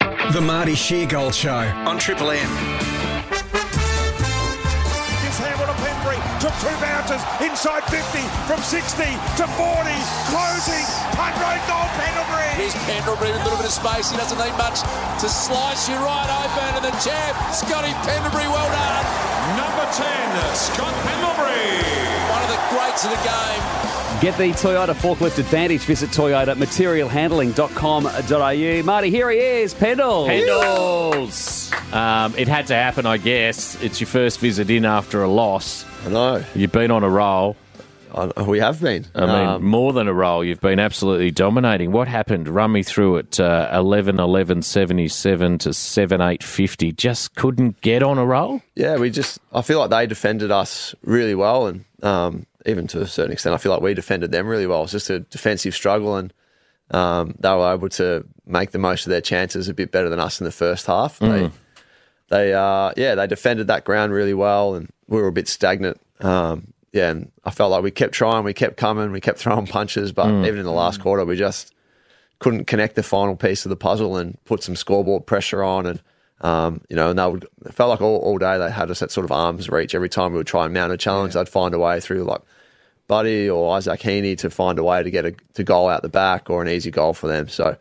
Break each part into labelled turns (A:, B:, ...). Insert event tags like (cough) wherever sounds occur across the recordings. A: The Marty Sheargold Show on Triple M.
B: Gives Hamill to Pendry. Took two bounces. Inside 50. From 60 to 40. Closing. Punt road goal. Pendlebury.
C: Here's Pendlebury with a little bit of space. He doesn't need much to slice you right open. And the champ, Scotty Pendlebury, well done.
D: Number 10, Scott Pendlebury.
C: One of the greats of the game.
E: Get the Toyota forklift advantage. Visit Toyota materialhandling.com.au. Marty, here he is, Pendle.
F: Pendles. Um, it had to happen, I guess. It's your first visit in after a loss.
G: I know.
F: You've been on a roll.
G: I- we have been.
F: I mean,
G: Um,
F: more than a roll. You've been absolutely dominating. What happened? Run me through it. Uh, 11 11 77 to 7 8 50. Just couldn't get on a roll.
G: yeah, we just. I feel like they defended us really well, and um, even to a certain extent, I feel like we defended them really well. It was just a defensive struggle, and um, they were able to make the most of their chances a bit better than us in the first half.
F: Mm.
G: They, they, uh, yeah, they defended that ground really well, and we were a bit stagnant. Um, yeah, and I felt like we kept trying, we kept coming, we kept throwing (laughs) punches, but
F: Mm.
G: even in the last quarter, we just couldn't connect the final piece of the puzzle and put some scoreboard pressure on and um, you know, and they would it felt like all, all day they had us at sort of arms reach. Every time we would try and mount a challenge, they'd find a way through like Buddy or Isaac Heaney to find a way to get a to goal out the back or an easy goal for them. So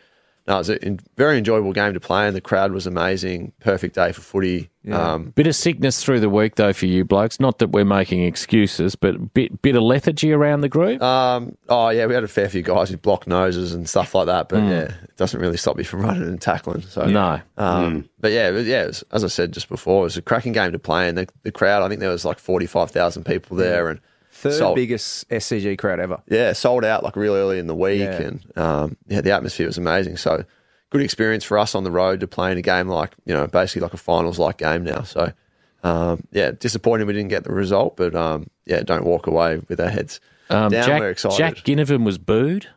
G: no, it was a in- very enjoyable game to play and the crowd was amazing. Perfect day for footy. Um,
F: Bit of sickness through the week, though, for you blokes. Not that we're making excuses, but bit bit of lethargy around the group.
G: um, oh yeah, we had a fair few guys with blocked noses and stuff like that, but yeah, it doesn't really stop you from running and tackling. So
F: Hmm. no.
G: Um, But yeah, it was- yeah. It was, as I said just before, it was a cracking game to play, and the, the crowd. I think there was like forty five thousand people there, and
H: Third
G: sold,
H: biggest SCG crowd ever.
G: yeah, sold out like real early in the week,
H: Yeah.
G: and um, yeah, the atmosphere was amazing. So good experience for us on the road to playing a game like you know basically like a finals like game now. So um, yeah, disappointing we didn't get the result, but um, yeah, don't walk away with our heads
F: Um,
G: down.
F: Jack,
G: we're excited.
F: Jack Ginnivan was booed.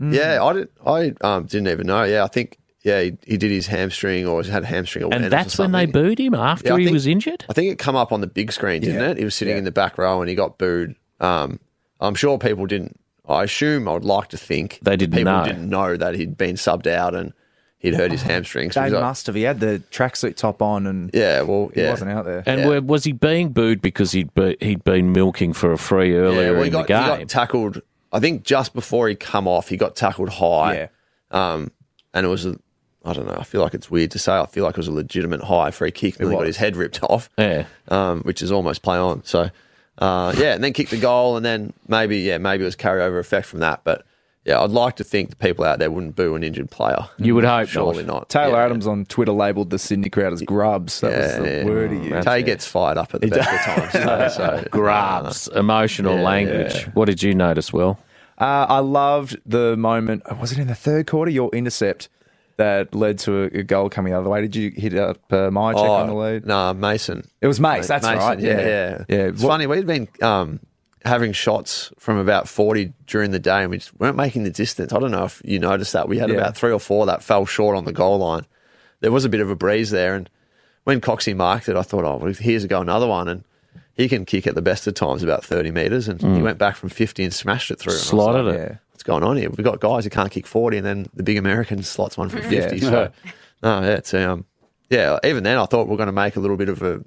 G: Yeah, I didn't. I um, didn't even know. Yeah, I think. Yeah, he, he did his hamstring or had hamstring
F: And
G: awareness. or
F: that's when they
G: something.
F: booed him after
G: Yeah, I
F: he
G: think-
F: was injured?
G: I think it come up on the big screen, didn't
H: Yeah.
G: it? He was sitting
H: Yeah.
G: in the back row and he got booed. Um, I'm sure people didn't. I assume I would like to think
F: They didn't
G: people
F: know.
G: didn't know that he'd been subbed out and he'd hurt his hamstrings.
H: Oh, They
G: Because I-
H: must have. He had the tracksuit top on and
G: yeah, well,
H: he
G: yeah.
H: wasn't out there.
F: And
G: Yeah.
F: were, was he being booed because he'd be, he'd been milking for a free
G: Yeah,
F: earlier
G: well, he
F: in
G: got,
F: the
G: he
F: game?
G: got tackled. I think just before he come off, he got tackled high.
H: Yeah.
G: Um, and it was, a, I don't know. I feel like it's weird to say. I feel like it was a legitimate high free kick, and then he got
H: was.
G: his head ripped off.
F: Yeah.
G: um, which is almost play on. So, uh, yeah, and then kick the goal, and then maybe, yeah, maybe it was carryover effect from that. But yeah, I'd like to think the people out there wouldn't boo an injured player.
F: You would hope
G: surely
F: not.
G: not.
H: Taylor
G: Yeah,
H: Adams on Twitter labelled the Sydney crowd as grubs. That was the
G: yeah. Mm,
H: word he used.
G: Tay gets fired up at the best of times. though,
H: (laughs)
G: so,
F: Grabs, emotional
G: Yeah,
F: language. What did you notice, Will?
H: Uh, I loved the moment. Was it in the third quarter? Your intercept that led to a, a goal coming the other way. Did you hit up uh, my check
G: Oh,
H: on the lead?
G: Nah, Mason.
H: It was Mace. That's
G: Mason,
H: right.
G: Yeah, yeah.
H: yeah.
G: It's
H: What-
G: funny. We'd been um, having shots from about 40 during the day and we just weren't making the distance. I don't know if you noticed that. We had
H: Yeah.
G: about three or four that fell short on the goal line. There was a bit of a breeze there. And when Coxie marked it, I thought, oh, well, here's a go, another one. And he can kick at the best of times about 30 metres. And
H: Mm.
G: he went back from 50 and smashed it through. And I was
F: Slotted
G: like,
F: it.
H: Yeah.
G: What's going on here? We've got guys who can't kick 40 and then the big American
H: (laughs)
G: slots one from 50. So, no, yeah, it's, um, yeah, even then I thought we are going to make a little bit of a,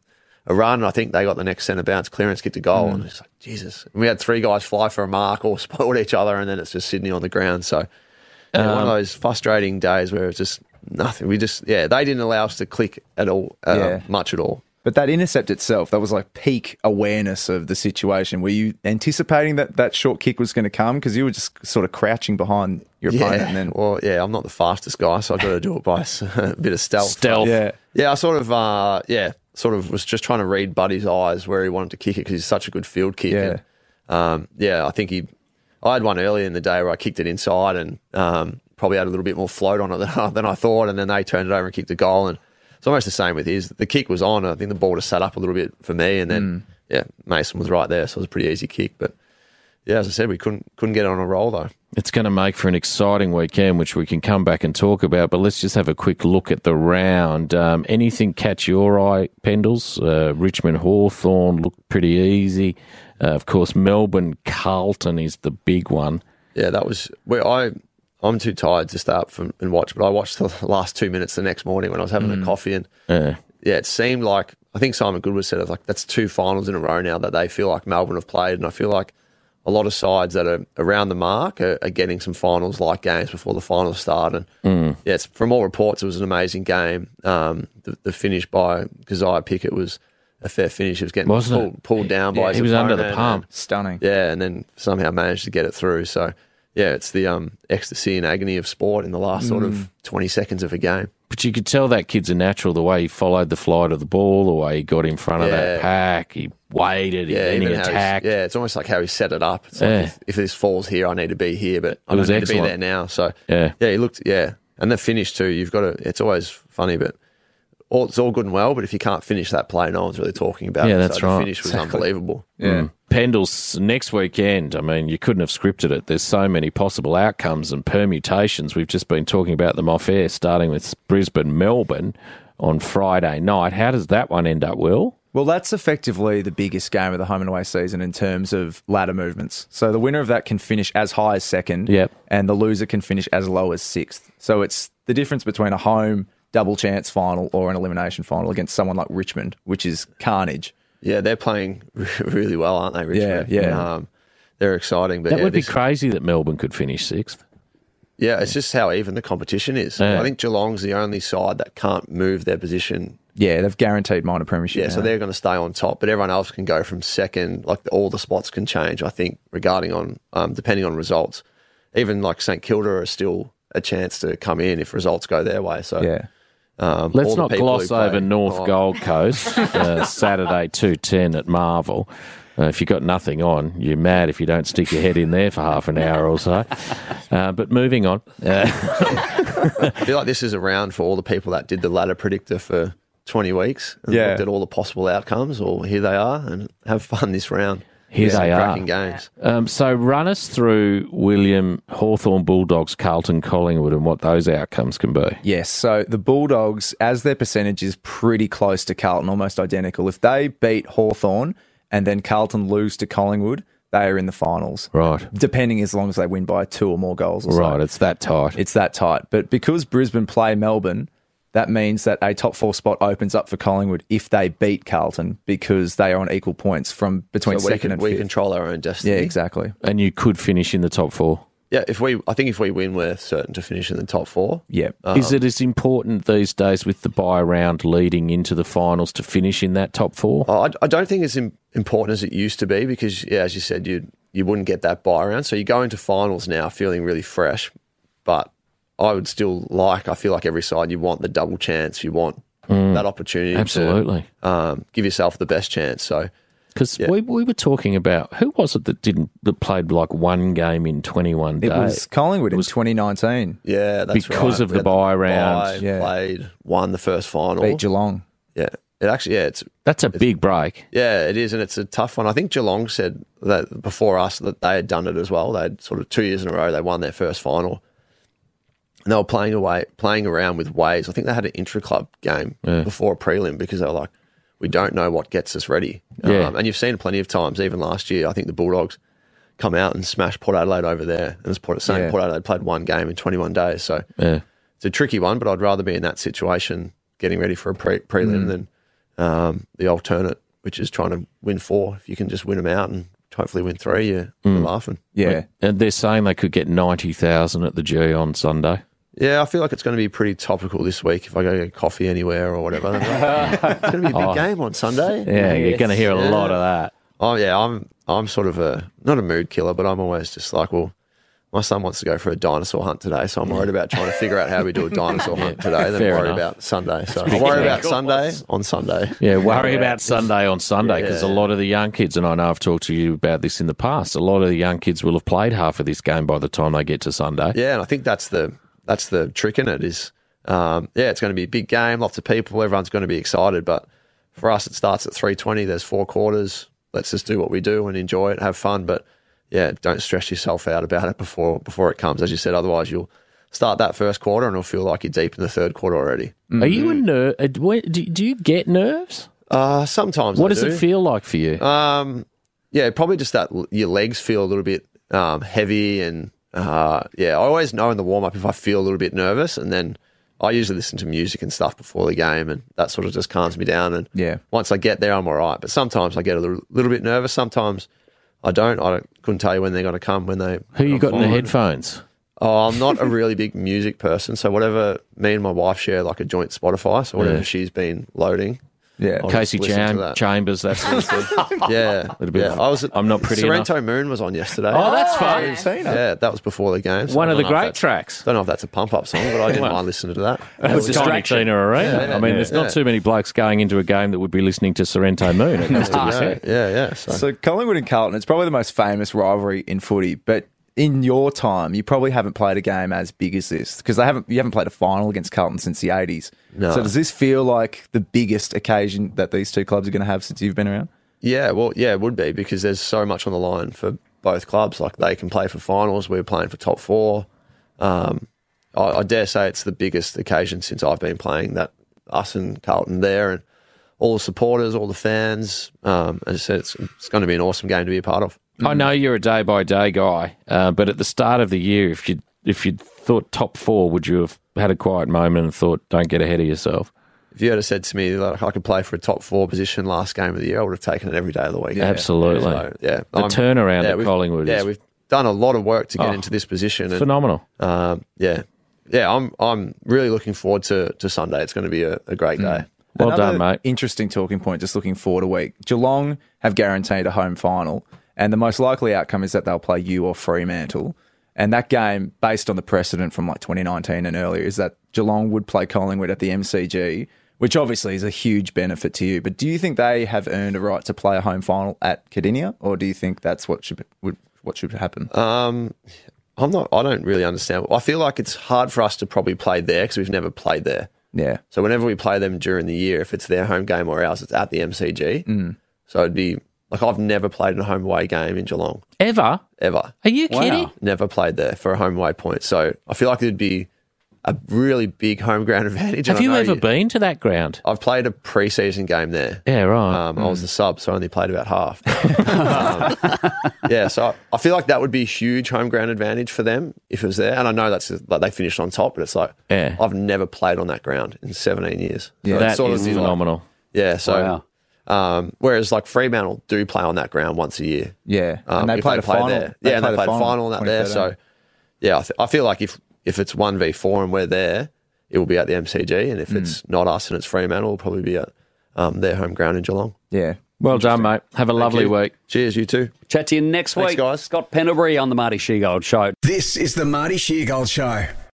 G: a run. And I think they got the next centre bounce clearance, kicked a goal.
H: Mm.
G: And it's like, Jesus. And we had three guys fly for a mark or (laughs) spoil each other. And then it's just Sydney on the ground. So, yeah, one
H: Um,
G: of those frustrating days where it's just nothing. We just, yeah, they didn't allow us to click at all, uh,
H: Yeah.
G: much at all.
H: But that intercept itself, that was like peak awareness of the situation. Were you anticipating that that short kick was going to come? Because you were just sort of crouching behind your opponent.
G: Yeah.
H: And then,
G: well, yeah, I'm not the fastest guy, so I've got to do it by (laughs) s- a bit of stealth.
F: Stealth.
H: yeah.
G: Oh, Yeah, I sort of, uh, yeah, sort of was just trying to read Buddy's eyes where he wanted to kick it because he's such a good field kick.
H: Yeah.
G: And, um, yeah, I think he, I had one earlier in the day where I kicked it inside and um, probably had a little bit more float on it than, I- than I thought, and then they turned it over and kicked the goal. And it's almost the same with his. The kick was on, and I think the ball just sat up a little bit for me, and then yeah, Mason was right there, so it was a pretty easy kick. But yeah, as I said, we couldn't couldn't get on a roll though.
F: It's going to make for an exciting weekend, which we can come back and talk about. But let's just have a quick look at the round. Um, anything catch your eye, Pendles? Uh, Richmond Hawthorn looked pretty easy. Uh, of course, Melbourne Carlton is the big one.
G: Yeah, that was where I I'm too tired to stay up from, and watch, but I watched (laughs) the last two minutes the next morning when I was having a coffee, and
F: Mm. Yeah.
G: yeah, it seemed like I think Simon Goodwood said it like that's two finals in a row now that they feel like Melbourne have played, and I feel like a lot of sides that are around the mark are, are getting some finals like games before the finals start. And
F: Mm.
G: yeah, it's, from all reports, it was an amazing game. Um, the, the finish by Keziah Pickett was a fair finish. It was getting
F: Wasn't
G: pulled,
F: it?
G: pulled down by
F: Yeah,
G: his
F: he was under the
G: opponent
F: palm.
H: Stunning.
G: and- yeah, and then somehow managed to get it through. So. Yeah, it's the um, ecstasy and agony of sport in the last sort
F: Mm.
G: of 20 seconds of a game.
F: But you could tell that kid's a natural the way he followed the flight of the ball, the way he got in front of that
G: Yeah.
F: pack, he waited, he,
G: Yeah,
F: then he
G: even how he's-
F: attacked.
G: Yeah, it's almost like how he set it up. It's like
F: Yeah.
G: if, if this falls here, I need to be here, but
F: It
G: I don't
F: was
G: need to be there
F: excellent.
G: now. So
F: Yeah.
G: yeah, he looked yeah, and the finish too. You've got to. It's always funny, but all, it's all good and well, but if you can't finish that play, no one's really talking about.
F: Yeah,
G: it.
F: that's
G: so
F: right.
G: The finish was unbelievable.
H: Yeah.
F: Mm. Pendles next weekend. I mean, you couldn't have scripted it. There's so many possible outcomes and permutations. We've just been talking about them off air, starting with Brisbane, Melbourne on Friday night. How does that one end up, Will?
H: Well, that's effectively the biggest game of the home and away season in terms of ladder movements. So the winner of that can finish as high as second,
F: Yep.
H: and the loser can finish as low as sixth. So it's the difference between a home double chance final or an elimination final against someone like Richmond, which is carnage.
G: Yeah, they're playing (laughs) really well, aren't they, Richmond?
H: Yeah, yeah.
G: Um, they're exciting, but
F: That
G: yeah,
F: would be
G: this-
F: crazy that Melbourne could finish sixth.
G: Yeah, it's just how even the competition is.
F: Yeah.
G: I think Geelong's the only side that can't move their position
H: Yeah, they've guaranteed minor premiership.
G: Yeah, so
H: now.
G: they're going to stay on top, but everyone else can go from second. Like all the spots can change. I think regarding on um, depending on results, even like St Kilda are still a chance to come in if results go their way. So
H: yeah.
G: um, all
F: Let's
G: the
F: not
G: people who
F: gloss
G: play-
F: over North
G: Oh,
F: Gold
G: (laughs)
F: Coast uh, Saturday two ten at Marvel. Uh, if you've got nothing on, you're mad if you don't stick your head in there for half an hour or so. Uh, but moving on, Uh,
G: I feel like this is a round for all the people that did the ladder predictor for twenty weeks and
H: Yeah.
G: looked at all the possible outcomes. Or here they are, and have fun this round.
F: Here
G: Some
F: they are.
G: cracking games.
F: Um, so run us through William Hawthorn Bulldogs, Carlton, Collingwood, and what those outcomes can be.
H: Yes. So the Bulldogs, as their percentage is pretty close to Carlton, almost identical. If they beat Hawthorn and then Carlton lose to Collingwood, they are in the finals.
F: Right.
H: Depending as long as they win by two or more goals or so.
F: Right, it's that tight.
H: It's that tight. But because Brisbane play Melbourne, that means that a top four spot opens up for Collingwood if they beat Carlton because they are on equal points from between
G: So we
H: second
G: can,
H: and
G: we
H: fifth.
G: control our own destiny.
H: yeah, exactly.
F: and you could finish in the top four.
G: Yeah, if we, I think if we win, we're certain to finish in the top four.
H: Yeah.
G: Oh.
F: Is it as important these days with the buy round leading into the finals to finish in that top four?
G: Oh, I, I don't think it's im- important as it used to be because, yeah, as you said, you you wouldn't get that buy round. So you go into finals now feeling really fresh, but I would still like. I feel like every side you want the double chance, you want
H: Mm.
G: that opportunity. to,
F: Absolutely.
G: um, give yourself the best chance. So
F: Because we, we were talking about who was it that didn't that played like one game in twenty one days?
H: It was Collingwood in 2019.
G: yeah, that's
F: Because
G: right.
F: of
G: We
F: the
G: had the
F: bye round.
G: bye,
H: Yeah.
G: Played, won the first final.
H: Beat Geelong.
G: yeah, it actually, yeah, it's
F: That's a big break.
G: Yeah, it is, and it's a tough one. I think Geelong said that before us that they had done it as well. They had sort of two years in a row they won their first final, and they were playing away, playing around with waves. I think they had an intra club game before a prelim because they were like, we don't know what gets us ready. Um,
F: Yeah.
G: and you've seen it plenty of times. Even last year, I think the Bulldogs come out and smash Port Adelaide over there, and it's Port saying
H: Yeah.
G: Port Adelaide played one game in 21 days. So
F: Yeah.
G: it's a tricky one, but I'd rather be in that situation getting ready for a pre-
F: Mm.
G: prelim than um, the alternate, which is trying to win four. If you can just win them out and hopefully win three, you're, you're
F: Mm.
G: laughing.
H: Yeah.
F: And they're saying they could get ninety thousand at the G on Sunday.
G: Yeah, I feel like it's going to be pretty topical this week if I go get coffee anywhere or whatever.
F: (laughs)
G: it's going to be a big game on Sunday.
F: Oh. Yeah, you're going to hear a lot of that.
G: Oh yeah, I'm I'm sort of a not a mood killer, but I'm always just like, well, my son wants to go for a dinosaur hunt today, so I'm worried about trying to figure out how we do
F: (laughs)
G: a dinosaur hunt today. Then
F: fair
G: worry
F: enough.
G: about Sunday. So I worry about Sunday on Sunday.
F: Yeah, worry about Sunday on Sunday because a
G: Yeah.
F: lot of the young kids, and I know I've talked to you about this in the past, a lot of the young kids will have played half of this game by the time they get to Sunday.
G: Yeah, and I think that's the that's the trick in it is, um, yeah, it's going to be a big game, lots of people, everyone's going to be excited. But for us, it starts at three twenty. There's four quarters. Let's just do what we do and enjoy it, have fun. But yeah, don't stress yourself out about it before before it comes. As you said, otherwise you'll start that first quarter and it'll feel like you're deep in the third quarter already.
F: Are you
G: Mm-hmm.
F: a nerve? Do do you get nerves?
G: Uh, sometimes
F: What
G: I
F: does
G: do. Uh,
F: it feel like for you?
G: Um, yeah, probably just that l- your legs feel a little bit um, heavy and Uh, yeah, I always know in the warm up if I feel a little bit nervous, and then I usually listen to music and stuff before the game, and that sort of just calms me down. And
H: Yeah.
G: once I get there, I'm all right. But sometimes I get a little, little bit nervous. Sometimes I don't. I don't, couldn't tell you when they're going to come. When they
F: Who you
G: I'm
F: got in the
G: fine.
F: headphones?
G: Oh,
F: (laughs)
G: I'm not a really big music person, so whatever me and my wife share, like a joint Spotify, so whatever
F: Yeah.
G: she's been loading.
H: Yeah.
G: I'll
F: Casey
G: just listen to
F: Jam,
G: that.
F: Chambers, that
G: (laughs)
F: sort of (laughs) thing.
G: Yeah,
F: Little bit
G: yeah.
F: of-
G: I was.
F: I'm not pretty
G: Sorrento Moon was on yesterday.
F: Oh, that's fun.
H: I've seen it.
G: yeah, that was before the game. so
F: One
G: I
F: of the
G: don't know if
F: great
G: that's-
F: tracks.
G: Don't know if that's a pump up song, but I didn't
F: Well,
G: mind listening to that.
F: That was distraction. Tina Arena. I mean,
G: yeah,
F: there's
G: yeah.
F: not too many blokes going into a game that would be listening to Sorrento Moon. It (laughs) has to be
G: Yeah,
F: said.
G: yeah, yeah. So,
H: So Collingwood and Carlton, it's probably the most famous rivalry in footy, but in your time, you probably haven't played a game as big as this because they haven't you haven't played a final against Carlton since the 80s.
G: No.
H: So does this feel like the biggest occasion that these two clubs are going to have since you've been around?
G: yeah, well, yeah, it would be because there's so much on the line for both clubs. Like they can play for finals. We're playing for top four. Um, I, I dare say it's the biggest occasion since I've been playing that us and Carlton there and all the supporters, all the fans. Um, as I said, it's, it's going to be an awesome game to be a part of.
F: I know you're a day by day guy, uh, but at the start of the year, if you if you thought top four, would you have had a quiet moment and thought, "Don't get ahead of yourself"?
G: If you had have said to me like I could play for a top four position last game of the year, I would have taken it every day of the week.
F: Absolutely.
G: So, yeah,
F: The turnaround at
G: we've-
F: Collingwood
G: Yeah,
F: is-
G: we've done a lot of work to get
F: Oh,
G: into this position. and,
F: Phenomenal.
G: Um, yeah, yeah. I'm I'm really looking forward to, to Sunday. It's going to be a, a great
F: Hmm.
G: day.
F: Well
H: Another
F: done, mate.
H: Interesting talking point. Just looking forward a week. Geelong have guaranteed a home final, and the most likely outcome is that they'll play you or Fremantle. And that game, based on the precedent from like 2019 and earlier, is that Geelong would play Collingwood at the MCG, which obviously is a huge benefit to you. But do you think they have earned a right to play a home final at Cadinia, or do you think that's what should would, what should happen?
G: Uh, I'm not. I don't really understand. I feel like it's hard for us to probably play there because we've never played there.
H: yeah,
G: So whenever we play them during the year, if it's their home game or ours, it's at the MCG.
F: Hmm.
G: Mm. So it'd be like I've never played a home away game in Geelong
F: Ever?
G: ever.
F: Are you kidding?
G: never played there for a home away point. So I feel like it'd be a really big home ground (laughs) advantage. and
F: Have
G: I
F: you
G: know
F: ever been to that ground?
G: I've played a preseason game there.
F: Yeah, right.
G: Um, I was the sub, so I only played about half. (laughs) um, yeah, so I, I feel like that would be a huge home ground advantage for them if it was there. And I know that's like they finished on top, but it's like
F: Yeah.
G: I've never played on that ground in 17 years. Yeah,
F: that is phenomenal.
G: yeah, so
E: Wow.
G: um, whereas like Fremantle do play on that ground once a year.
H: yeah.
G: Um,
H: and they
G: if
H: played a
G: play
H: final.
G: There. yeah, and they played a final and that there.
H: 2013.
G: So, yeah, I, th- I feel like if if it's one v four and we're there, it will be at the MCG, and if
H: Hmm.
G: it's not us and it's Fremantle, it'll probably be at um, their home ground in Geelong.
H: yeah,
F: well done, mate. Have a lovely
G: you.
F: week.
G: Cheers, you two.
E: Chat to you next
G: Thanks,
E: week.
G: guys.
E: Scott Penderbury on the Marty Sheargold Show.
A: This is the Marty Sheargold Show.